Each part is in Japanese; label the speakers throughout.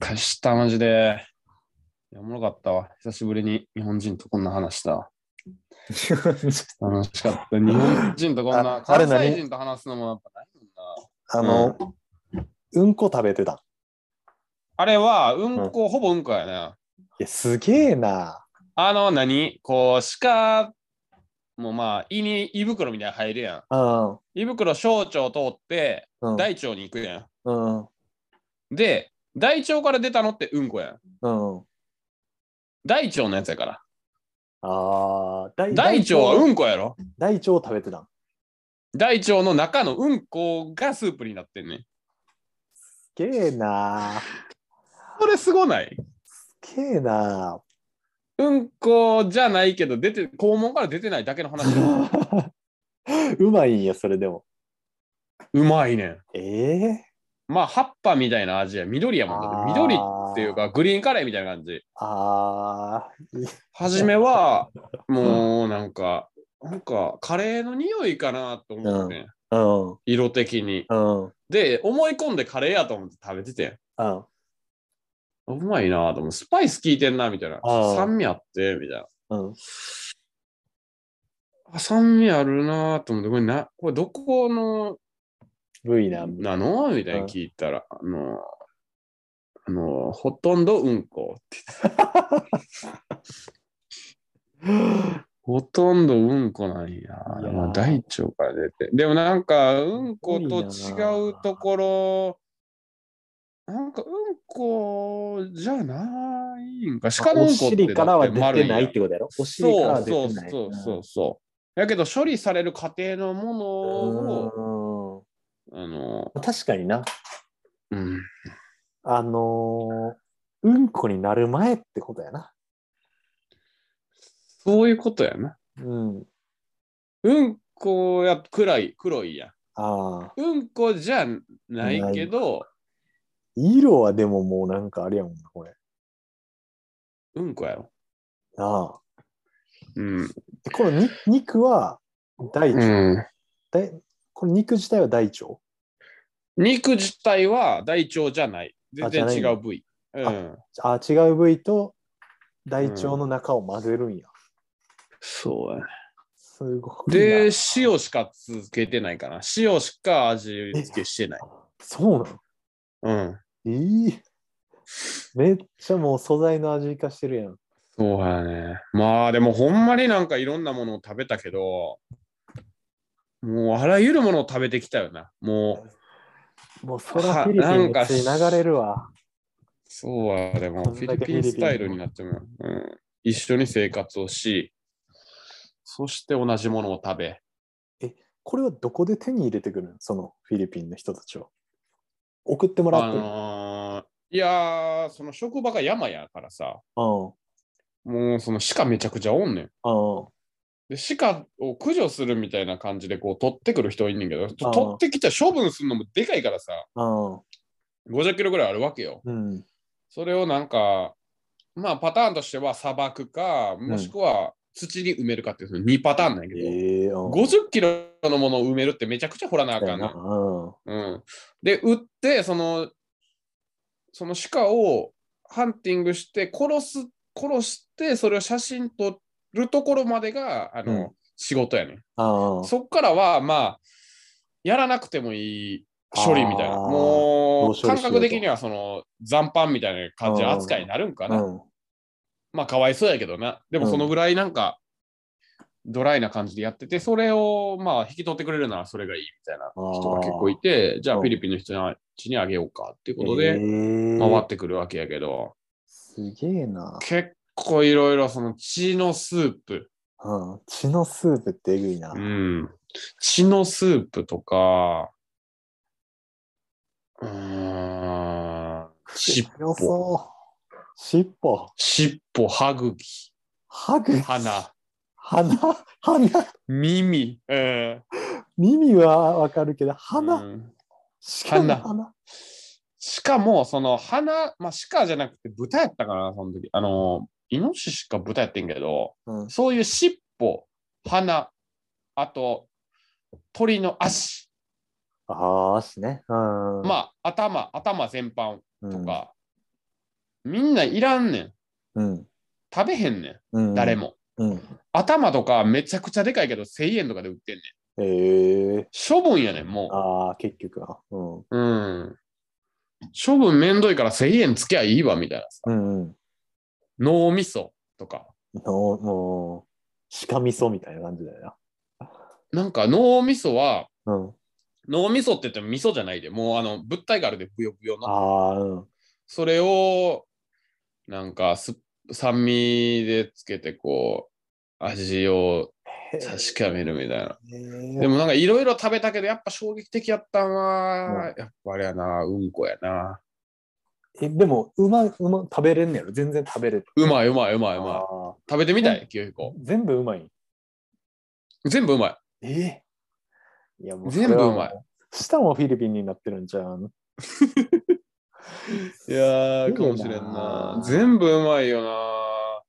Speaker 1: かした、マジで。いや、おもろかったわ。久しぶりに日本人とこんな話した。楽しかった。日本人とこんな
Speaker 2: あ、あれ
Speaker 1: 関
Speaker 2: 何
Speaker 1: 西人と話すのもやっぱないもんな。
Speaker 2: あの、うんこ食べてた。
Speaker 1: あれは、うんこ、ほぼうんこやな。
Speaker 2: いや、すげえな。
Speaker 1: あの何、こう、鹿もまあ、胃に胃袋みたいに入るや
Speaker 2: うん。
Speaker 1: ん。胃袋、小腸通って、
Speaker 2: うん。
Speaker 1: 大腸に行くや
Speaker 2: うん。
Speaker 1: ん。で、大腸から出たのってうんこやん。
Speaker 2: うん。
Speaker 1: 大腸のやつやから。
Speaker 2: ああ、大
Speaker 1: 大腸は
Speaker 2: ん
Speaker 1: うんこやろ。
Speaker 2: 大腸を食べてたん。
Speaker 1: 大腸の中のうんこがスープになってんねん。
Speaker 2: すげえな。
Speaker 1: それすごない
Speaker 2: すげえな。
Speaker 1: うんこじゃないけど、出て、肛門から出てないだけの話。
Speaker 2: うまいんや、それでも。
Speaker 1: うまいねん。
Speaker 2: ええ
Speaker 1: まあ、葉っぱみたいな味や。緑やもんだって。緑っていうか、グリーンカレーみたいな感じ。
Speaker 2: あ
Speaker 1: 初め は、もうなんか、なんかカレーの匂いかなと思って、ん、
Speaker 2: あ、うん、うん、
Speaker 1: 色的に。
Speaker 2: うん、
Speaker 1: で、思い込んでカレーやと思って食べててん。うまいなと思って、スパイス効いてんなみたいな。
Speaker 2: あー
Speaker 1: 酸味あって、みたいな。
Speaker 2: うん、
Speaker 1: あ酸味あるなと思って、これな、これどこの
Speaker 2: 部位な。
Speaker 1: なのみたいに聞いたら、あの、あの、ほとんどうん こって。ほとんどうんこなんや。
Speaker 2: いやー
Speaker 1: もう大腸から出て。でもなんか、うんこと
Speaker 2: す
Speaker 1: 違
Speaker 2: ごいなー
Speaker 1: うところ、なんかうんこじゃないんか。鹿の
Speaker 2: お
Speaker 1: うんこってだって丸いやん
Speaker 2: 尻からは出てないってことやろ。お尻からは出てない。
Speaker 1: そうそうそうそうそう。だけど処理される過程のものを、
Speaker 2: うん
Speaker 1: あの、
Speaker 2: うん確かにな。
Speaker 1: うん、
Speaker 2: あのーうんこになる前ってことやな。
Speaker 1: そういうことやな。
Speaker 2: うん。
Speaker 1: うんこや暗い黒いやん。
Speaker 2: ああ。
Speaker 1: うんこじゃないけど、
Speaker 2: 色はでももうなんかあれやもんな、これ。
Speaker 1: うんこやろ。
Speaker 2: なあ。
Speaker 1: うん。
Speaker 2: でこのに肉は大腸、
Speaker 1: うん
Speaker 2: だいこの肉自体は大腸。
Speaker 1: 肉自体は大腸じゃない。全
Speaker 2: あじゃ
Speaker 1: 然
Speaker 2: ない
Speaker 1: 違う部位。うん。
Speaker 2: あ、違う部位と大腸の中を混ぜるんや。
Speaker 1: そうやね。
Speaker 2: すごいな。
Speaker 1: で、塩しかつけてないかな。塩しか味付けしてない。
Speaker 2: そうなの
Speaker 1: うん。
Speaker 2: いい。めっちゃもう素材の味化してるやん。
Speaker 1: そうやね。まあでもほんまになんかいろんなものを食べたけど、もうあらゆるものを食べてきたよな。もう、
Speaker 2: もうそらフィリピンの地に流れるわ。
Speaker 1: そうや、でも
Speaker 2: こん
Speaker 1: フィ
Speaker 2: だ
Speaker 1: リ
Speaker 2: け
Speaker 1: ピンスタイル
Speaker 2: フィリピ
Speaker 1: に
Speaker 2: ン
Speaker 1: なっても、うん、一緒に生活をし、そして同じものを食べ。
Speaker 2: これはどこで手に入れてくるのそのフィリピンの人たちは。送ってもら
Speaker 1: あ
Speaker 2: ってる。
Speaker 1: のーいやー、その職場が山やからさ、
Speaker 2: うん。
Speaker 1: もうその鹿めちゃくちゃおんねん。
Speaker 2: うん。
Speaker 1: で鹿を駆除するみたいな感じでこう取ってくる人いんねんけど、と
Speaker 2: あー
Speaker 1: 取ってきた処分するのもでかいからさ、
Speaker 2: うん。
Speaker 1: 50キロぐらいあるわけよ。
Speaker 2: うん。
Speaker 1: それをなんか、まあパターンとしては砂漠か、もしくは土に埋めるかっていうその2パターンなんやけど、
Speaker 2: ええうん
Speaker 1: 50キロのものを埋めるってめちゃくちゃ掘らなあかんな。
Speaker 2: うん。
Speaker 1: うん、で、売って、その、その鹿をハンティングして、殺す、殺して、それを写真撮るところまでが、あの、
Speaker 2: うん
Speaker 1: 仕事やねん。
Speaker 2: あ
Speaker 1: そっからは、まあ、やらなくてもいい処理みたいな。
Speaker 2: あー
Speaker 1: も
Speaker 2: どう
Speaker 1: う、
Speaker 2: 処理
Speaker 1: 感
Speaker 2: しようと
Speaker 1: 覚的には、その、残飯みたいな感じの扱いになるんか
Speaker 2: あ。
Speaker 1: な。
Speaker 2: うん。
Speaker 1: まあ、かわいそうやけどな。でも、そのぐらいなんか、ドライな感じでやってて、それを、まあ、引き取ってくれるならそれがいいみたいな人が結構いて、じゃあ、
Speaker 2: うん
Speaker 1: フィリピンの人たちにあげようかっていうこと
Speaker 2: え
Speaker 1: で、
Speaker 2: ー
Speaker 1: 回ってくるわけやけど、
Speaker 2: すげえな。
Speaker 1: 結構いろいろ、その、血のスープ、
Speaker 2: うん。血のスープってえぐいな。
Speaker 1: うん、血のスープとか、うーん、尻
Speaker 2: 強
Speaker 1: 尾、
Speaker 2: そう。尻尾。
Speaker 1: 尻尾、歯茎、
Speaker 2: 歯ぐ
Speaker 1: 鼻、
Speaker 2: 鼻鼻
Speaker 1: 耳、うん、
Speaker 2: 耳はわかるけど、鼻、
Speaker 1: うん
Speaker 2: しかも
Speaker 1: 鼻
Speaker 2: 鼻。
Speaker 1: しかも、その鼻、まあ、鹿じゃなくて豚やったかな、その時。あの、イノシシか豚やってんけど、
Speaker 2: うん。
Speaker 1: そういう尻尾、鼻、あと、鳥の足、
Speaker 2: ああ、足ね。うん。
Speaker 1: まあ、頭、頭全般とか、みんないらんねん。
Speaker 2: うん。
Speaker 1: 食べへんね。
Speaker 2: うんん。
Speaker 1: 誰。も。
Speaker 2: うん。
Speaker 1: 頭とかめちゃくちゃでかいけど1000円とかで売ってんねん。
Speaker 2: ええ
Speaker 1: 処分やねん、も
Speaker 2: ああ、結局は。うん。
Speaker 1: う。うん。処分めんどいから1000円つきゃいいわ、みたいなさ。
Speaker 2: うんうん。
Speaker 1: 脳みそとか。
Speaker 2: のもう、鹿味噌みたいな感じだよ
Speaker 1: なんか脳みそは、
Speaker 2: な。うん。
Speaker 1: 脳みそって言っても味噌じゃないで、もうあの物体があるで、ぷよぷよの。
Speaker 2: ああ、うん。
Speaker 1: それを、なんかす酸味でつけて、こう、味を確かめるみたいな。で
Speaker 2: でも、
Speaker 1: もなんかいろいろ食べたけど、やっぱ衝撃的やったんは、やっぱあれやな、うんこやな。
Speaker 2: えでもうまいうま、食べれんねやろ。全然食べれる。
Speaker 1: うまいうまいうまいうまい。
Speaker 2: あ
Speaker 1: 食べてみた
Speaker 2: う
Speaker 1: い、清
Speaker 2: ー
Speaker 1: 彦。
Speaker 2: 全部うまい。
Speaker 1: 全部うまい。
Speaker 2: ええいやもう
Speaker 1: 全部うまい
Speaker 2: それはもう。舌もフィリピンになってるんじゃん。
Speaker 1: いや
Speaker 2: ー
Speaker 1: か
Speaker 2: か
Speaker 1: も
Speaker 2: も
Speaker 1: し
Speaker 2: し
Speaker 1: れ
Speaker 2: れ
Speaker 1: ん
Speaker 2: ん
Speaker 1: な
Speaker 2: な。
Speaker 1: 全部うまいよな。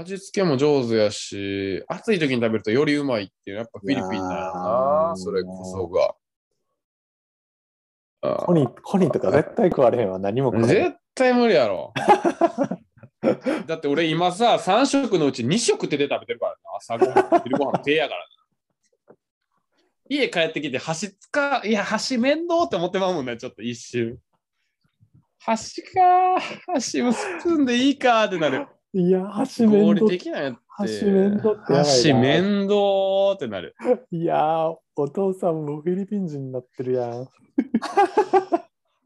Speaker 1: 味付けも上手やし、暑い時に食べるとよりうまいっていうのはやっぱフィリピンなんや
Speaker 2: いや
Speaker 1: な、
Speaker 2: ー
Speaker 1: それこそが。あ
Speaker 2: コニコニとか絶対食われへんわ。何も食
Speaker 1: ー
Speaker 2: われへん。
Speaker 1: 絶対無理や ろ。だって俺今さ、3食のうち2食手で食べてるからな。朝ごはん、昼ごはん、手やからな。 家帰ってきて、箸つか、いや、箸面倒って思ってまうもんね、ちょっと一瞬。箸かー、箸もスプーンでいいかーってなる。
Speaker 2: いや、箸
Speaker 1: 合
Speaker 2: 面
Speaker 1: 理
Speaker 2: 倒。
Speaker 1: 的なんやって。
Speaker 2: 箸面倒ってやばいな
Speaker 1: 箸面倒ってなる。
Speaker 2: いやー、お父さんもフィリピン人になってるやん。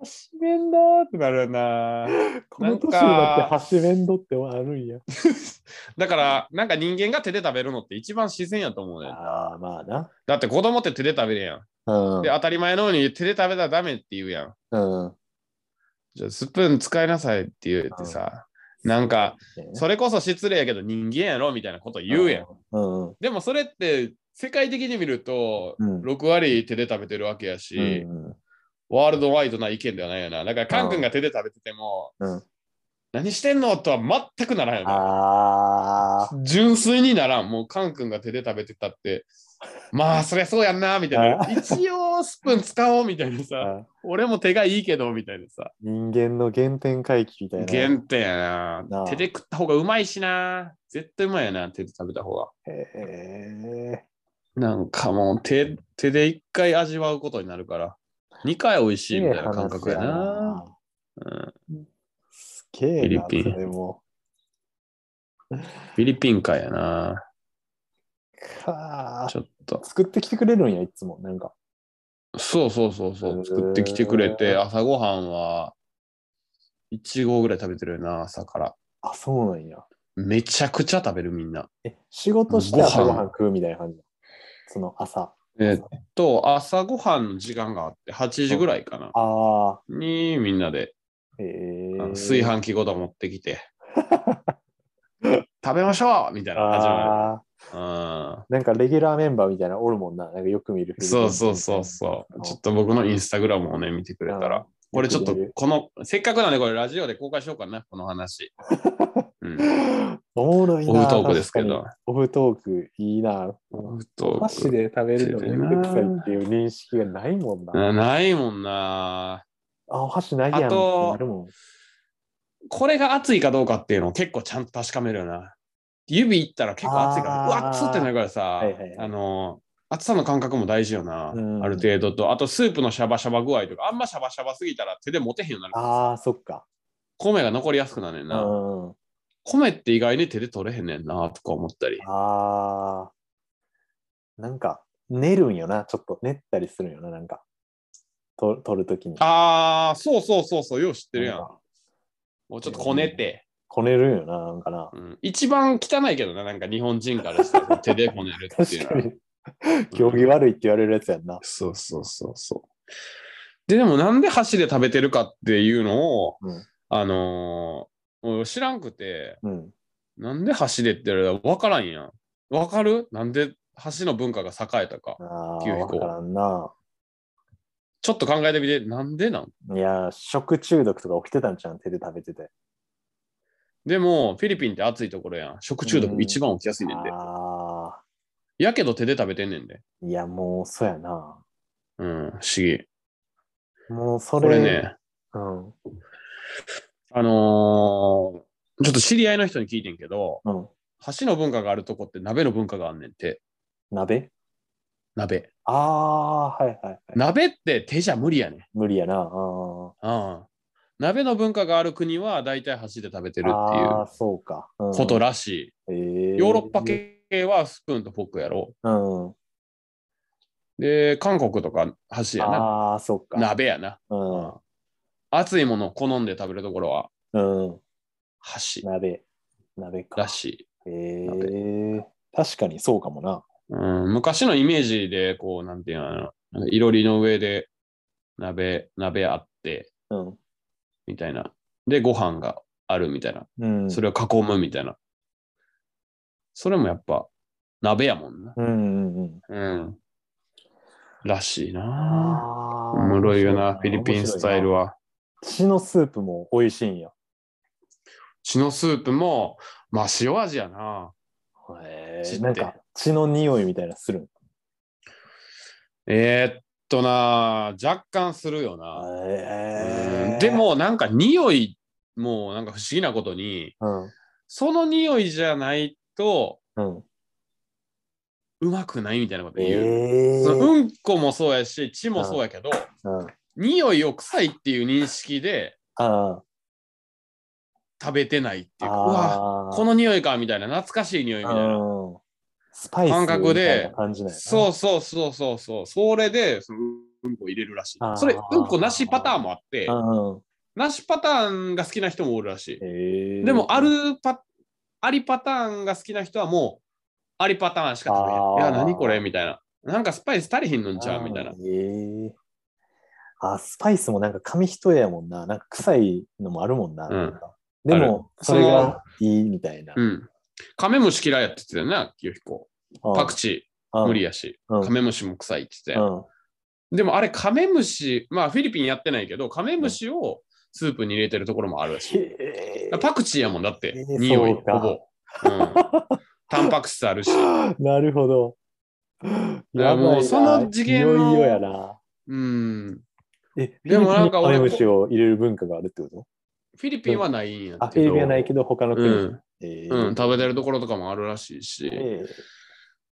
Speaker 1: 箸面倒ってなるよな。
Speaker 2: この年になって箸面倒ってあるんや。
Speaker 1: だから、なんか人間が手で食べるのって一番自然やと思うね。
Speaker 2: ああ、まあな。
Speaker 1: だって子供って手で食べるやん。
Speaker 2: うん
Speaker 1: で、当たり前のように手で食べたらダメって言うやん。
Speaker 2: うん。
Speaker 1: じゃあスプーン使いなさいって言うってさ、なんか、それこそ失礼やけど人間やろみたいなこと言うやん。。
Speaker 2: うん。うん。
Speaker 1: でもそれって世界的に見ると、
Speaker 2: うん
Speaker 1: 6割手で食べてるわけやし、
Speaker 2: うん
Speaker 1: ワールドワイドな意見ではないよな。だからカン君が手で食べてても、
Speaker 2: うん
Speaker 1: 何してんのとは全くならんよな。
Speaker 2: ああ。
Speaker 1: 純粋にならん。もうカン君が手で食べてたって、まあそりゃそうやんな、みたいな。
Speaker 2: あ
Speaker 1: 一応スプーン使おうみたいなさ。俺も手がいいけどみたいなさ。
Speaker 2: 人間の原点回帰みたいな。
Speaker 1: 原点や
Speaker 2: な
Speaker 1: な。
Speaker 2: あ
Speaker 1: 手で食った方がうまいしな。絶対うまいやな。手で食べた方が。
Speaker 2: へえ。
Speaker 1: なんかもう手手で一回味わうことになるから。二回美味しいみたいな感覚やな。うん
Speaker 2: すげえな、
Speaker 1: フ
Speaker 2: そ
Speaker 1: ィリピン
Speaker 2: れも。
Speaker 1: フィリピンかやな。
Speaker 2: かあ
Speaker 1: ちょっと。
Speaker 2: 作ってきてくれるんや、いつも。なんか。
Speaker 1: そうそうそうそ
Speaker 2: へ
Speaker 1: う。
Speaker 2: え
Speaker 1: 作ってきてくれて、朝ごはんは1合ぐらい食べてるよな、朝から。
Speaker 2: あ、そうなんや。
Speaker 1: めちゃくちゃ食べるみんな。
Speaker 2: え、仕事して朝
Speaker 1: ご
Speaker 2: ご
Speaker 1: 飯
Speaker 2: はん食うみたいな感じ。その朝。
Speaker 1: えっと、朝ごはんの時間があって、8時ぐらいかな。
Speaker 2: ああ。
Speaker 1: にみんなで
Speaker 2: へえ
Speaker 1: あの。炊飯器ごと持ってき て食べましょうみたいな始ま
Speaker 2: ああ。
Speaker 1: るうん
Speaker 2: なんかレギュラーメンバーみたいなのおるもんな。なんかよく見る。
Speaker 1: そうそうそうそうちょっと僕のインスタグラムをね見てくれたらこれちょっとこのせっかくなんでこれラジオで公開しようかなこの 話、うん、
Speaker 2: おもろいな。
Speaker 1: オフトークですけ
Speaker 2: 確
Speaker 1: ど
Speaker 2: かに。オフトークいいな。
Speaker 1: オフト
Speaker 2: お菓子
Speaker 1: ーク
Speaker 2: で食べるのめんどくさいっていう認識がないもんな。
Speaker 1: なないもんな
Speaker 2: あ、お箸ないやんって
Speaker 1: あ
Speaker 2: な
Speaker 1: と
Speaker 2: るもん。
Speaker 1: これが熱いかどうかっていうのを結構ちゃんと確かめるよな指いったら結構熱いからう
Speaker 2: あー
Speaker 1: わっつってなるからさ、
Speaker 2: はいはいはい
Speaker 1: あの厚さの感覚も大事よな、
Speaker 2: うん
Speaker 1: ある程度とあとスープのシャバシャバ具合とかあんまシャバシャバすぎたら手で持てへんようになる
Speaker 2: ああ、そっか。
Speaker 1: 米が残りやすくなるねん
Speaker 2: う
Speaker 1: な、
Speaker 2: ん。あ
Speaker 1: 米って意外に手で取れへんねんなとか思ったり
Speaker 2: あー。なんか、寝るんよな。ちょっと練ったりするんよな。なんか、と取るときに。
Speaker 1: あーそうそうそうそうよう知ってるやん
Speaker 2: なんか
Speaker 1: もうちょっとこねて、
Speaker 2: こねるんよな。なんかな。
Speaker 1: うん一番汚いけどななんか日本人からしたら手でこねるっていう
Speaker 2: 確
Speaker 1: の
Speaker 2: か
Speaker 1: は
Speaker 2: に。行儀悪いって言われるやつやんな。
Speaker 1: そうそうそうそう。で、でもなんで箸で食べてるかっていうのを、
Speaker 2: うん
Speaker 1: あのー俺知らんくて、
Speaker 2: うん。
Speaker 1: なんで箸でって言われたら分からんやん。分かるなんで箸の文化が栄えたか。
Speaker 2: ああ、
Speaker 1: 給
Speaker 2: わ
Speaker 1: 食
Speaker 2: からんな。
Speaker 1: ちょっと考えてみて、なんでなん
Speaker 2: いやー、食中毒とか起きてたんじゃん。手で食べてて。
Speaker 1: でも、フィリピンって暑いところやん。食中
Speaker 2: う
Speaker 1: 毒
Speaker 2: ん
Speaker 1: 一番起きやすいねんで。
Speaker 2: ああ。
Speaker 1: やけど手で食べてんねんで。
Speaker 2: いや、もう、そうやな。
Speaker 1: うん、不思議。
Speaker 2: もう、そ
Speaker 1: こ
Speaker 2: れ。
Speaker 1: れね、
Speaker 2: うん。
Speaker 1: あのー、ちょっと知り合いの人に聞いてんけど、
Speaker 2: うん。
Speaker 1: 箸の文化があるとこって鍋の文化があんねんて。
Speaker 2: 鍋
Speaker 1: 鍋。
Speaker 2: ああー、はいはいはい。
Speaker 1: 鍋って手じゃ無理やねん。
Speaker 2: 無理やな。あー
Speaker 1: うん。鍋の文化がある国は大体箸で食べてるっていう
Speaker 2: あー、そうか。うん
Speaker 1: ことらし
Speaker 2: え
Speaker 1: い。
Speaker 2: ー
Speaker 1: ヨーロッパ系はスプーンとフォークやろ。
Speaker 2: うん。
Speaker 1: で、韓国とか箸やな。
Speaker 2: ああ、そっか。
Speaker 1: 鍋やな。
Speaker 2: う
Speaker 1: うんん。熱いものを好んで食べるところは
Speaker 2: うん。
Speaker 1: 箸。
Speaker 2: 鍋。鍋から
Speaker 1: しい。
Speaker 2: えー、確かにそうかもな。
Speaker 1: うん、昔のイメージで、こう、なんていうのかな、なんかいろりの上で鍋、鍋あって、
Speaker 2: うん。
Speaker 1: みたいな。で、ご飯があるみたいな。
Speaker 2: うん。
Speaker 1: それを囲むみたいな。それもやっぱ、鍋やもんな。
Speaker 2: うんうんうん。
Speaker 1: うん。らしいな。
Speaker 2: あ
Speaker 1: お
Speaker 2: ー
Speaker 1: もろいよな、フィリピンスタイル。
Speaker 2: 面白いな
Speaker 1: は。
Speaker 2: 血のスープも美味しいんや。
Speaker 1: 血のスープも、まあ、塩味やな。
Speaker 2: へ
Speaker 1: 血っ
Speaker 2: ー
Speaker 1: て
Speaker 2: なんか血の匂いみたいなのするん。
Speaker 1: えーっとな、若干するよな。う
Speaker 2: へ
Speaker 1: ん
Speaker 2: ー
Speaker 1: で、も、なんか匂い、もうなんか不思議なことに、
Speaker 2: うん。
Speaker 1: その匂いじゃないと
Speaker 2: うん。
Speaker 1: うまくないみたいなこと言う。
Speaker 2: え
Speaker 1: その
Speaker 2: ー
Speaker 1: うんこもそうやし、血もそうやけど、
Speaker 2: うん。
Speaker 1: 匂いを臭いっていう認識で
Speaker 2: あ
Speaker 1: 食べてないって
Speaker 2: あ。
Speaker 1: いうか、うわ、こ
Speaker 2: の
Speaker 1: の匂いかみたいな、懐かしい匂いみたいな。
Speaker 2: スパイス
Speaker 1: 感覚で
Speaker 2: みたいな感じない。
Speaker 1: そうそうそうそうそう、それでそのうんこ入れるらしい
Speaker 2: あー。
Speaker 1: それ、うんこなしパターンもあって
Speaker 2: う、ん。
Speaker 1: なしパターンが好きな人もおるらしい。
Speaker 2: へー
Speaker 1: でも、あるパ、ありパターンが好きな人はもう、ありパターンしか食べない。
Speaker 2: あー
Speaker 1: いや、何これみたいな。なんかスパイス足りひんのんちゃうみたいな
Speaker 2: あ。ーへえあ、スパイスもなんか紙一重やもんな。なんか臭いのもあるもんな。
Speaker 1: うん
Speaker 2: なんかでも、
Speaker 1: ある
Speaker 2: それがいいみたいな。
Speaker 1: うん。カメムシ嫌いやって言ってたよな、清彦。パクチー無理
Speaker 2: や。
Speaker 1: やし、
Speaker 2: うん
Speaker 1: カメムシも臭いって言ってた
Speaker 2: う
Speaker 1: よ
Speaker 2: ん。
Speaker 1: でもあれ、カメムシ、まあフィリピンやってないけど、カメムシをスープに入れてるところもあるらしい。
Speaker 2: へー
Speaker 1: パクチーやもんだって
Speaker 2: え、ー
Speaker 1: 匂い、
Speaker 2: そう
Speaker 1: ほ
Speaker 2: か
Speaker 1: ぼ。うん。 タンパク質あるし。
Speaker 2: なるほど。やばいな
Speaker 1: もうその次元の
Speaker 2: いよいよやな。
Speaker 1: うん。
Speaker 2: え、
Speaker 1: でもなんか俺
Speaker 2: フィリピンにカメムシを入れる文化があるってこと
Speaker 1: フィリピンはないんや
Speaker 2: あ、フ
Speaker 1: け
Speaker 2: ィ
Speaker 1: ど。
Speaker 2: リピンはないけど、他の国。
Speaker 1: うん
Speaker 2: え
Speaker 1: う
Speaker 2: ー
Speaker 1: ん、食べてるところとかもあるらしいし。
Speaker 2: え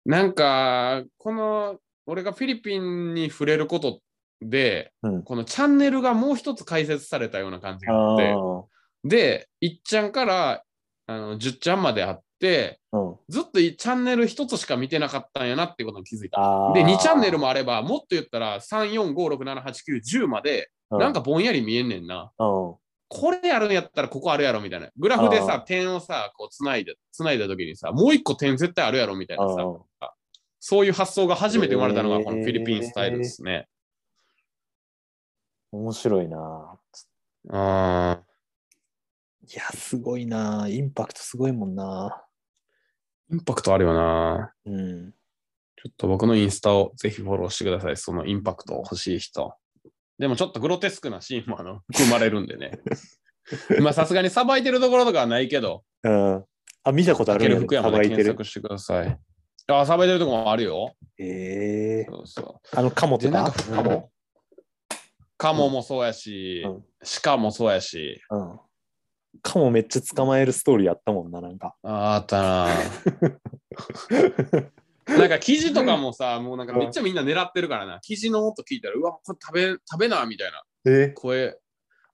Speaker 1: なんか、この、俺がフィリピンに触れることで、
Speaker 2: うん
Speaker 1: このチャンネルがもう一つ開設されたような感じ
Speaker 2: ー
Speaker 1: があって、
Speaker 2: あ
Speaker 1: で、いっちゃんからあの10ちゃんまであって、
Speaker 2: ーうん
Speaker 1: ずっといチャンネル一つしか見てなかったんやなってことに気づいた。
Speaker 2: あー。
Speaker 1: で、2チャンネルもあれば、もっと言ったら3、4、5、6、7、8、9、10まで、
Speaker 2: うん、
Speaker 1: なんかぼんやり見えんねんな。
Speaker 2: うん、
Speaker 1: これやるんやったらここあるやろみたいな。グラフで
Speaker 2: あ
Speaker 1: さ、点をさ、こう繋いで、繋いだ時にさ、もう一個点絶対あるやろみたいなさ。
Speaker 2: うん
Speaker 1: そういう発想が初めて生まれたの
Speaker 2: へ
Speaker 1: が
Speaker 2: ー
Speaker 1: このフィリピンスタイルですね。
Speaker 2: 面白いな。
Speaker 1: あ
Speaker 2: いや、すごいな。インパクトすごいもんな。
Speaker 1: インパクトあるよな。
Speaker 2: うん。
Speaker 1: ちょっと僕のインスタをぜひフォローしてください。そのインパクト欲しい人。でもちょっとグロテスクなシーンもあの 含まれるんでね。まあさすがにさばいてるところとかはないけど、
Speaker 2: うん、あ、見たことあ
Speaker 1: かけ
Speaker 2: る
Speaker 1: る
Speaker 2: ん
Speaker 1: 服
Speaker 2: や
Speaker 1: 屋
Speaker 2: さ
Speaker 1: もで
Speaker 2: ばいて
Speaker 1: 検
Speaker 2: る。
Speaker 1: 索してください。あ、さばいてるとこもあるよ。
Speaker 2: ええ
Speaker 1: そうそ
Speaker 2: あの、カモ
Speaker 1: う。で、
Speaker 2: と
Speaker 1: なんか。
Speaker 2: か
Speaker 1: カモカモもそうやし
Speaker 2: うん、
Speaker 1: 鹿もそうやし、
Speaker 2: うん。うんカモめっちゃ捕まえるストーリーあったもんな、なん か。
Speaker 1: ああったなあ。なんか記事とかもさ、もうなんかめっちゃみんな狙ってるからな。記事の音聞いたら、うわ、これ食べ、食べな、みたいな。
Speaker 2: え
Speaker 1: 声、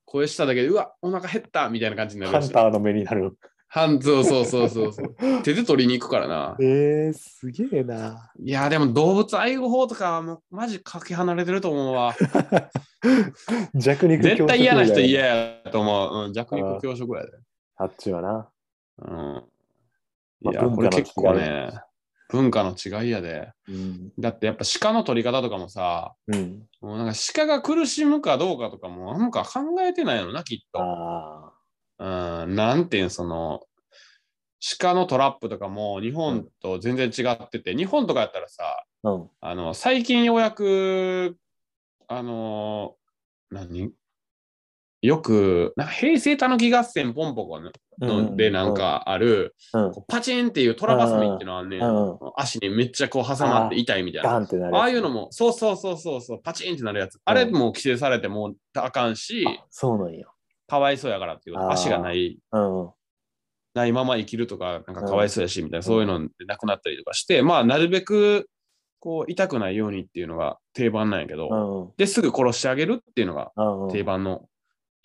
Speaker 1: 声しただけで、うわ、お腹減った、みたいな感じになる
Speaker 2: ハ
Speaker 1: ら
Speaker 2: ン
Speaker 1: しい。
Speaker 2: ターの目になる。
Speaker 1: ハンそうそうそうそうそう。 手で取りに行くからな。
Speaker 2: ええすげえな。
Speaker 1: いや、でも動物愛護法とかはもうマジかけ離れてると思う わ。
Speaker 2: 弱肉
Speaker 1: 絶対嫌な人
Speaker 2: や。
Speaker 1: 嫌やと思う。うん、弱肉強食やで。
Speaker 2: あっちはな。
Speaker 1: うん。
Speaker 2: まあ
Speaker 1: いや、
Speaker 2: 文化
Speaker 1: これ結構
Speaker 2: の違い
Speaker 1: ね、文化の違いやで。
Speaker 2: うん。
Speaker 1: だってやっぱ鹿の取り方とかもさ、
Speaker 2: うん。
Speaker 1: もうなんか鹿が苦しむかどうかとかもなんか考えてないのな、きっと。
Speaker 2: あ
Speaker 1: うん、なんていうん、その、鹿のトラップとかも日本と全然違ってて、日本とかやったらさ、
Speaker 2: あ。うん。
Speaker 1: あの、最近ようやく、あの、何よく、なんか平成たぬき合戦ポンポコののでなん。かある、
Speaker 2: うん。
Speaker 1: こうパチンっていうトラバサミっていうのはね、
Speaker 2: うん。うん
Speaker 1: 足にめっちゃこう挟まって痛いみたいな。
Speaker 2: ガンってなる。
Speaker 1: ああいうの。も、そうそうそうそうそう、パチンってなるやつ。あれも規制されてもうあかんし、
Speaker 2: そうなんや。
Speaker 1: かわいそうやからっていう
Speaker 2: あー
Speaker 1: 足がない
Speaker 2: うん。
Speaker 1: ないまま生きるとかなんかかわいそうやしみたいな、そういうのでなくなったりとかして、まあなるべくこう痛くないようにっていうのが定番なんやけど、
Speaker 2: うん。
Speaker 1: ですぐ殺してあげるっていうのが
Speaker 2: うん。
Speaker 1: 定番の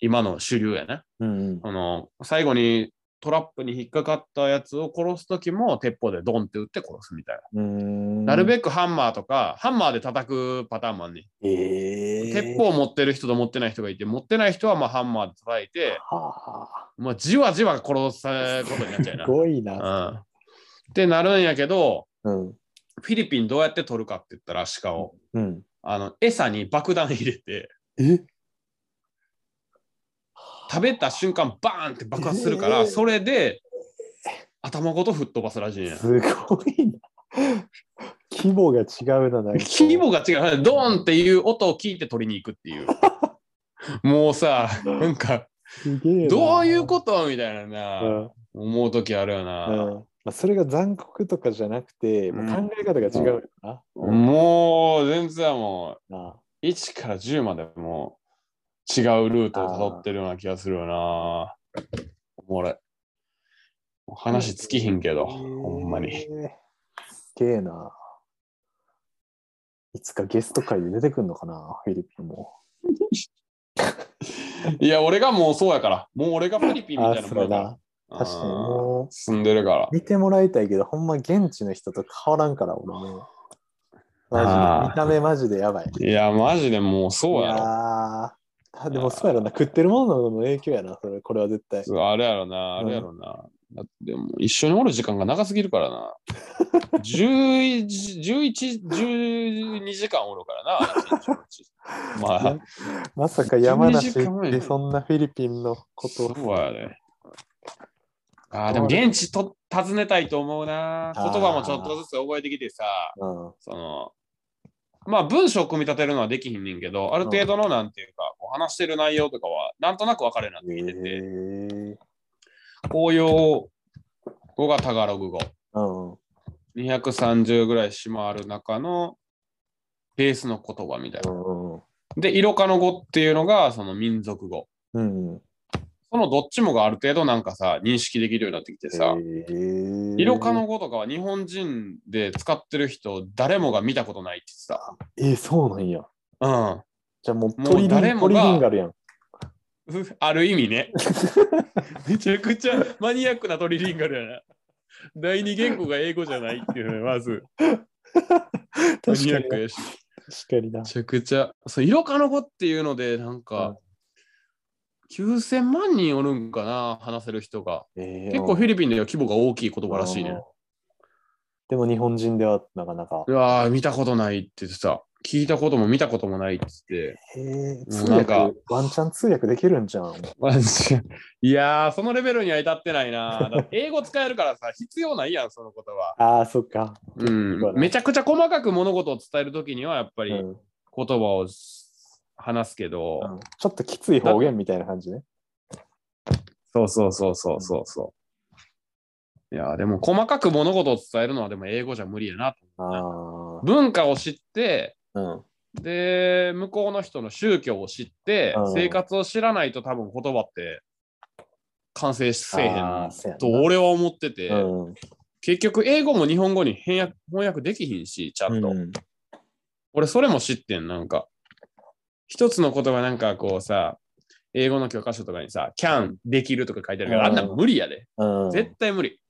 Speaker 1: 今の主流やね。
Speaker 2: うん。
Speaker 1: あの最後にトラップに引っかかったやつを殺す時も鉄砲でドンって撃って殺すみたいな。
Speaker 2: うん。
Speaker 1: なるべくハンマーとかハンマーで叩くパターンもあんねん。
Speaker 2: く。ええ。
Speaker 1: 鉄砲を持ってる人と持ってない人がいて持ってない人はまあハンマーで叩いて、
Speaker 2: は
Speaker 1: まあ、じわじわ殺されることになっちゃう
Speaker 2: あ。
Speaker 1: な
Speaker 2: す。ごい
Speaker 1: うん
Speaker 2: な。
Speaker 1: ってなるんやけど
Speaker 2: うん。
Speaker 1: フィリピンどうやって取るかって言ったら鹿を
Speaker 2: うん。
Speaker 1: あの餌に爆弾入れて
Speaker 2: え
Speaker 1: 食べた瞬間バーンって爆発するから、
Speaker 2: えー
Speaker 1: それで頭ごと吹っ飛ばすらしいんや。
Speaker 2: すごいな。 規模が違うな、なんか。
Speaker 1: 規模が違う。ドーンっていう音を聞いて取りに行く っていう。もうさ、なんか、
Speaker 2: すげえな。
Speaker 1: どういうことみたいな
Speaker 2: う
Speaker 1: な、
Speaker 2: ん。
Speaker 1: 思う時あるよ
Speaker 2: う
Speaker 1: な。
Speaker 2: んまあ、それが残酷とかじゃなくて、もう考え方が違うよな。うん
Speaker 1: もう、全然も
Speaker 2: な
Speaker 1: う、1から10までもう、違うルートを辿ってるような気がするよな。おもろい。話尽きひんけど、ほんまに。。
Speaker 2: すげえな。いつかゲスト会で出てくるのかな、フィリピンも。
Speaker 1: いや、俺がもうそうやから。もう俺がフィリピンみた
Speaker 2: あ
Speaker 1: いな
Speaker 2: そ
Speaker 1: もん
Speaker 2: う
Speaker 1: やから
Speaker 2: だ。確かにもう
Speaker 1: 住んでるから。
Speaker 2: 見てもらいたいけど、ほんま現地の人と変わらんから、俺も。マ
Speaker 1: あー
Speaker 2: ジで見た目マジでやばい。
Speaker 1: いや、マジでもうそうや
Speaker 2: いや
Speaker 1: ろ。
Speaker 2: ーあでもそうやろな、食ってるものの影響やな、それこれは絶対。
Speaker 1: そうあれやろな、あれやろな。だってもう一緒におる時間が長すぎるから な。11、11 12時間おるからなあの人た ち。まあ、
Speaker 2: まさか山梨
Speaker 1: 12時間
Speaker 2: 行っ
Speaker 1: 前
Speaker 2: て
Speaker 1: に
Speaker 2: そんなフィリピンのこ
Speaker 1: そ
Speaker 2: と
Speaker 1: う
Speaker 2: を
Speaker 1: やね。ああ、でも現地と訪ねたいと思うな。言
Speaker 2: あー
Speaker 1: 葉もちょっとずつ覚えてきてさ、
Speaker 2: うん
Speaker 1: その、まあ文章を組み立てるのはできひんねんけど、ある程度のなんていうか、こう話してる内容とかはなんとなく分かるようになってきてて。
Speaker 2: へえ
Speaker 1: 紅葉語がタガログ語
Speaker 2: うん。
Speaker 1: 230ぐらい島ある中のベースの言葉みたいな。
Speaker 2: うん
Speaker 1: で、イロカの語っていうのがその民族語。
Speaker 2: うん。うん。
Speaker 1: そのどっちもがある程度なんかさ、認識できるようになってきてさ、イ
Speaker 2: イ
Speaker 1: ロカの語とかは日本人で使ってる人誰もが見たことないって言って
Speaker 2: えー、そうなんや。
Speaker 1: た。
Speaker 2: じゃあもう
Speaker 1: もう
Speaker 2: 鳥リ
Speaker 1: 誰
Speaker 2: リ
Speaker 1: もが
Speaker 2: ポリリンガ ルやん。
Speaker 1: うんふ。ある意味 ね。めちゃくちゃマニアックなトリリンガルやな。第二言語が英語じゃないっていうのがまず
Speaker 2: 確か
Speaker 1: マ
Speaker 2: に
Speaker 1: ニアック
Speaker 2: な。
Speaker 1: やし。
Speaker 2: 確かにな
Speaker 1: め。ちゃくちゃ、そう、イロカの子っていうので、なん
Speaker 2: うん
Speaker 1: か、9000万人おるんかな、話せる人が。
Speaker 2: 結
Speaker 1: 結構フィ
Speaker 2: リ
Speaker 1: リピンでは規模が大きい言葉らしいね。。
Speaker 2: でも日本人ではなかなか
Speaker 1: う。わー見たことないって言ってた。聞いたことも見たこともないって言って
Speaker 2: へえ、
Speaker 1: う
Speaker 2: 通
Speaker 1: んなん
Speaker 2: 訳
Speaker 1: か、
Speaker 2: ワンチャン通訳できるんじゃん。
Speaker 1: マジで。いやー、そのレベルには至ってないな。だ って英語使えるからさ、必要ないやん、その言葉。
Speaker 2: ああ、そっか。
Speaker 1: うん。めちゃくちゃ細かく物事を伝えるときには、やっぱり
Speaker 2: う
Speaker 1: 言
Speaker 2: ん
Speaker 1: 葉を話すけど、
Speaker 2: うんちょっときつい方言みたいな感じね。
Speaker 1: そうそうそうそうそうそう。いやー、でも細かく物事を伝えるのはでも英語じゃ無理やなと。
Speaker 2: あ
Speaker 1: 文化を知って、
Speaker 2: あ。うん。
Speaker 1: で、向こうの人の宗教を知って
Speaker 2: う、ん
Speaker 1: 生活を知らないと多分言葉って完成せえへ
Speaker 2: あ
Speaker 1: ん
Speaker 2: ーそうやな
Speaker 1: と俺は思ってて、
Speaker 2: うん。
Speaker 1: 結局英語も日本語に翻訳翻訳できひんし、ちゃんと。
Speaker 2: うん
Speaker 1: 俺それも知ってん、なんか。一つの言葉なんかこうさ、英語の教科書とかにさ、can できるとか書いてあるから、あんなん無理やで。
Speaker 2: うん
Speaker 1: 絶対無理。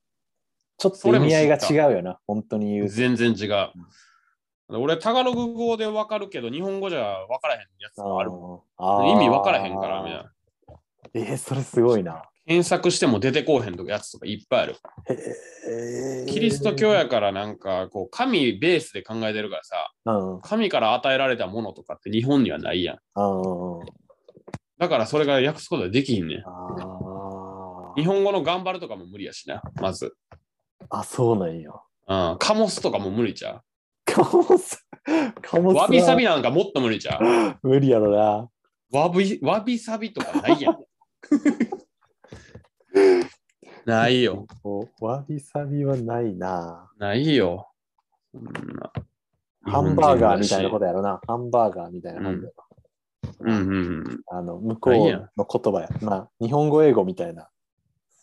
Speaker 2: ちょっと意味合いが違うよな、本当に言うと。
Speaker 1: 全然違う。俺、タガログ語でわかるけど、日本語じゃわからへんやつがあるもん。
Speaker 2: あー
Speaker 1: 意味わからへんから、みたいな。
Speaker 2: えー、それすごいな。
Speaker 1: 検索しても出てこうへんとかやつとかいっぱいある。
Speaker 2: へ ー
Speaker 1: キリスト教。やからなんか、こう、神ベースで考えてるからさ、
Speaker 2: うん。うん
Speaker 1: 神から与えられたものとかって日本にはないやん。
Speaker 2: うんうん。
Speaker 1: だからそれが訳すことはできひんねん。
Speaker 2: あ
Speaker 1: 日
Speaker 2: ー
Speaker 1: 本語の頑張るとかも無理やしな、まず。
Speaker 2: あ、そうなんや。
Speaker 1: うん、カモスとかも無理ちゃ
Speaker 2: カモス、カ
Speaker 1: う。
Speaker 2: モスは
Speaker 1: わびさびなんかもっと無理ちゃう。
Speaker 2: 無理やろな。
Speaker 1: わびわびさびとかない やん。ないよ。
Speaker 2: お。わびさびはないな。
Speaker 1: ないよ。そんな
Speaker 2: ハンバーガーみたいなことやろな。ハンバーガーみたいな感じや
Speaker 1: うんうん
Speaker 2: あの向こう
Speaker 1: あいいや
Speaker 2: の言葉や。まあ、日本語、英語みたいな、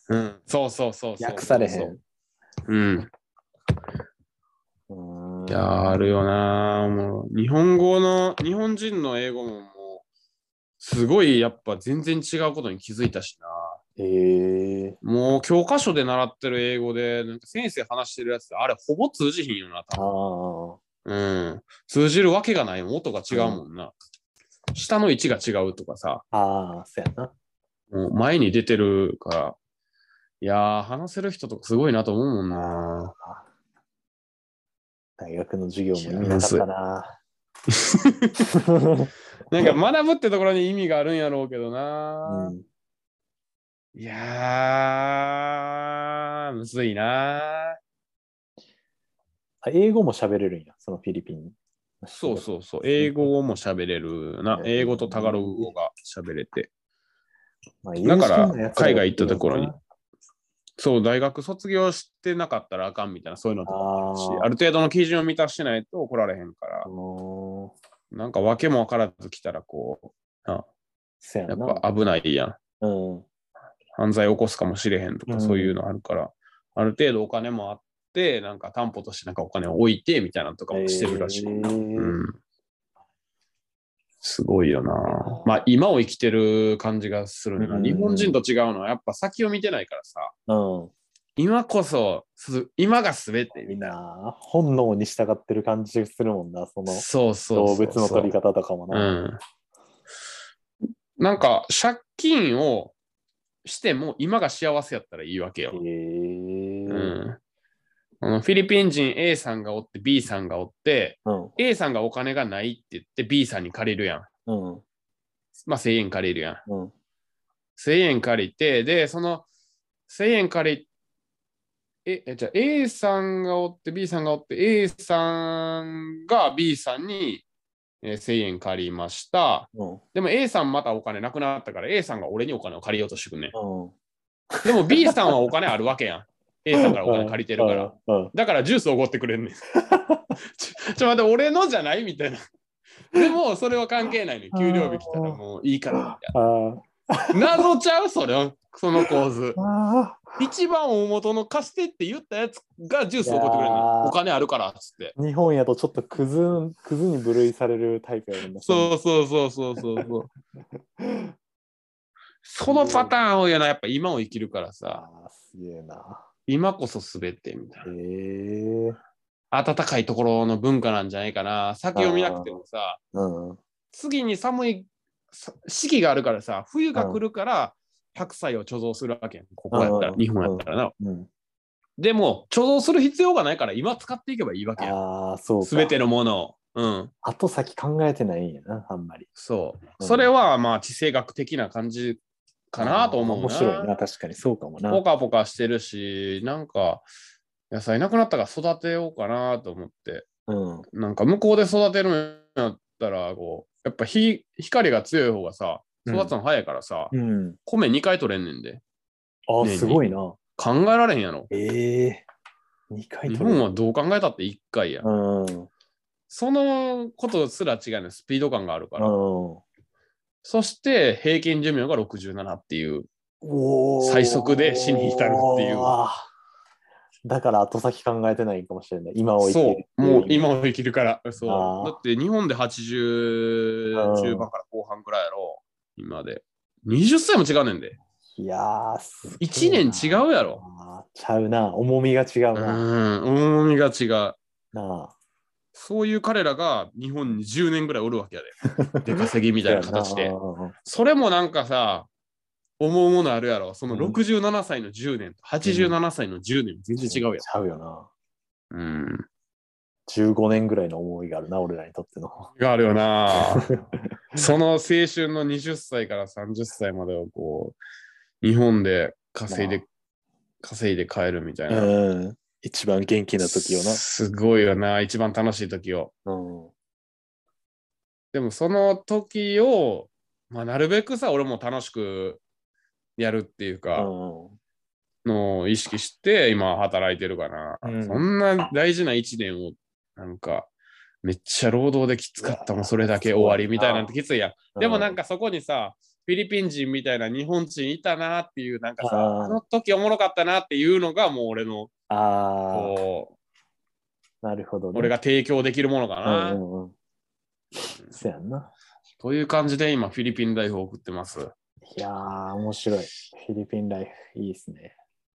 Speaker 1: うん。うん。そうそうそうそう。
Speaker 2: 訳されへん。う
Speaker 1: うん。
Speaker 2: ーん
Speaker 1: いや、あるよな。もう、日本語の、日本人の英語ももう、すごいやっぱ全然違うことに気づいたしな。
Speaker 2: えー、
Speaker 1: もう教科書で習ってる英語で、なんか先生話してるやつってあれほぼ通じひんよな、
Speaker 2: あ
Speaker 1: 多
Speaker 2: あ。
Speaker 1: 分。うん。通じるわけがないもん音が違うもんな。下の位置が違うとかさ、
Speaker 2: ああ、そうやな。
Speaker 1: もう前に出てるから。いやー、話せる人とかすごいなと思うもんな。
Speaker 2: 大学の授業も意味なかったな。
Speaker 1: なんか学ぶってところに意味があるんやろうけど
Speaker 2: う
Speaker 1: な。
Speaker 2: ん、
Speaker 1: いやー、むずいな。
Speaker 2: あ英語も喋れるんや、そのフィリピン。
Speaker 1: そうそうそう。英語も喋れるな。英語とタガログ語が喋れて。
Speaker 2: まあ
Speaker 1: だから
Speaker 2: 有識なやつら
Speaker 1: 海外行ったところにそう、大学卒業してなかったらあかんみたいな、そういうのとかもあるし、
Speaker 2: あー
Speaker 1: ある程度の基準を満たしてないと怒られへんから
Speaker 2: あ、のー
Speaker 1: なんか訳も分からず来たら、こう、な
Speaker 2: そうや
Speaker 1: や
Speaker 2: な。
Speaker 1: っぱ危ないやん。
Speaker 2: うん。
Speaker 1: 犯罪起こすかもしれへんと
Speaker 2: う
Speaker 1: か、
Speaker 2: ん
Speaker 1: そういうのあるから、ある程度お金もあって、なんか担保としてなんかお金を置いてみたいなのとかもしてるらしい。
Speaker 2: えー
Speaker 1: うん。すごいよな。まあ、今を生きてる感じがするな。
Speaker 2: うん
Speaker 1: 日本人と違うのは、やっぱ先を見てないからさ。
Speaker 2: うん。
Speaker 1: 今こそす、今がすべて
Speaker 2: み
Speaker 1: み
Speaker 2: ん
Speaker 1: たいな。
Speaker 2: な本能に従ってる感じするもんな、その
Speaker 1: そうそうそ
Speaker 2: 動
Speaker 1: うそう
Speaker 2: 物の取り方とかも
Speaker 1: う
Speaker 2: な。
Speaker 1: ん。なんか、借金をしても、今が幸せやったらいいわけよ。
Speaker 2: へ
Speaker 1: う
Speaker 2: えー
Speaker 1: ん。あのフィリピン人 A さんがおって B さんがおって、
Speaker 2: うん。
Speaker 1: A さんがお金がないって言って B さんに借りるやん。
Speaker 2: うん。
Speaker 1: まあ1000円借りるやん。
Speaker 2: うん。
Speaker 1: 1000円借りて、で、その1000円借り、え、えじゃあ A さんがおって、B さんがおって、A さんが B さんに、えー1000円借りました。
Speaker 2: うん。
Speaker 1: でも A さんまたお金なくなったから、A さんが俺にお金を借りようとしてくんねん。
Speaker 2: うん。
Speaker 1: でも B さんはお金あるわけやん。A さんからお金借りてるから。
Speaker 2: うん。うん
Speaker 1: だからジュースおごってくれんねん。ちょちょ待って、俺のじゃないみたいな。でもそれは関係ないねん。給料日来たらもういいからみたいな。
Speaker 2: あ
Speaker 1: 謎ちゃうそれその構図
Speaker 2: ーあ
Speaker 1: 一番大元の貸してって言ったやつがジュースを送ってくれる
Speaker 2: いや
Speaker 1: の
Speaker 2: ー
Speaker 1: お金あるからっつって
Speaker 2: ー。日本やとちょっとクズ、クズに部類されるタイプやもんな。
Speaker 1: そうそうそうそうそうそう そのパターンをやなやっぱ今を生きるからさ
Speaker 2: ああ、すげえな。
Speaker 1: 今こそ全てみたい
Speaker 2: ええ
Speaker 1: な暖
Speaker 2: ー。
Speaker 1: かいところの文化なんじゃないかな先を見なくてもさ
Speaker 2: うん。うん
Speaker 1: 次に寒いさ四季があるからさ冬が来るから白菜を貯蔵するわけやんここやったら
Speaker 2: うん
Speaker 1: 日本やったらな
Speaker 2: うん。
Speaker 1: でも貯蔵する必要がないから今使っていけばいいわけやん
Speaker 2: ああ、そうか。
Speaker 1: すべてのものを。うん。
Speaker 2: 後先考えてないんやな、あんまり。
Speaker 1: そうう。
Speaker 2: ん
Speaker 1: それはまあ地政学的な感じかなと思う
Speaker 2: あ
Speaker 1: な。
Speaker 2: ー面白いな、確かに。そうかもな。
Speaker 1: ポカポカしてるし、なんか野菜なくなったから育てようかなと思って。
Speaker 2: うん。
Speaker 1: なんか向こうで育てるんやったら、こう、やっぱ日光が強い方がさ、育つの早いからさ、
Speaker 2: うん。
Speaker 1: 米2回取れんねんで。
Speaker 2: ああ、
Speaker 1: ねえ
Speaker 2: すごいな。
Speaker 1: 考えられへんやろ。
Speaker 2: ええー。2回
Speaker 1: 日
Speaker 2: 取
Speaker 1: 本
Speaker 2: る。
Speaker 1: はどう考えたって1回や。
Speaker 2: うん。うん。
Speaker 1: そのことすら違うねスピード感があるから。そして平均寿命が67っていう。
Speaker 2: おー
Speaker 1: 最速で死に至るっていう。
Speaker 2: あーだから後先考えてないかもしれない。今を生きる
Speaker 1: そう、もう今を生きるから。
Speaker 2: あ
Speaker 1: そう。
Speaker 2: ー
Speaker 1: だって日本で80
Speaker 2: うん
Speaker 1: 中盤から後半ぐらいやろ。今で。20歳も違うねんで。
Speaker 2: いやー、すげ
Speaker 1: 1
Speaker 2: え
Speaker 1: 年
Speaker 2: な
Speaker 1: 違うやろ。
Speaker 2: あーちゃうな。重みが違う
Speaker 1: う
Speaker 2: な。
Speaker 1: ん、重みが違う。
Speaker 2: な
Speaker 1: そういう彼らが日本に10年ぐらいおるわけやで。 出稼ぎみ
Speaker 2: み
Speaker 1: たいな形で。
Speaker 2: う
Speaker 1: それもなんかさ、思うものあるやろ。その
Speaker 2: うん
Speaker 1: 67歳の10年と87歳の10年、全然違うや
Speaker 2: ちゃうよな。
Speaker 1: ん。うん。
Speaker 2: 15年ぐらいの思いがあるな、俺らにとっての。
Speaker 1: があるよな。 その青春の20歳から30歳までをこう、日本で稼いで、
Speaker 2: ま
Speaker 1: 稼いで帰るみたいな。
Speaker 2: うん。一番元気な時をな。
Speaker 1: すごいよな。一番楽しい時を。
Speaker 2: うん。
Speaker 1: でもその時を、まあ、なるべくさ、俺も楽しくやるっていうか、のを意識して今働いてるかな。
Speaker 2: うん
Speaker 1: そんな大事な一年を、なんか、めっちゃ労働できつかったも
Speaker 2: うわ
Speaker 1: ん、それだけ終わりみたいなんてきついやん。
Speaker 2: う
Speaker 1: でもなんかそこにさ、フィリピン人みたいな日本人いたなっていう、なんかさ、
Speaker 2: あー
Speaker 1: あの時おもろかったなっていうのがもう俺の、
Speaker 2: ああ、
Speaker 1: こ
Speaker 2: なるほど、
Speaker 1: う、俺が提供できるものかな。
Speaker 2: うんうんうん。そやんな。
Speaker 1: という感じで今、フィリピンライフを送ってます。
Speaker 2: いやー、面白い。フィリピンライフ、いいですね。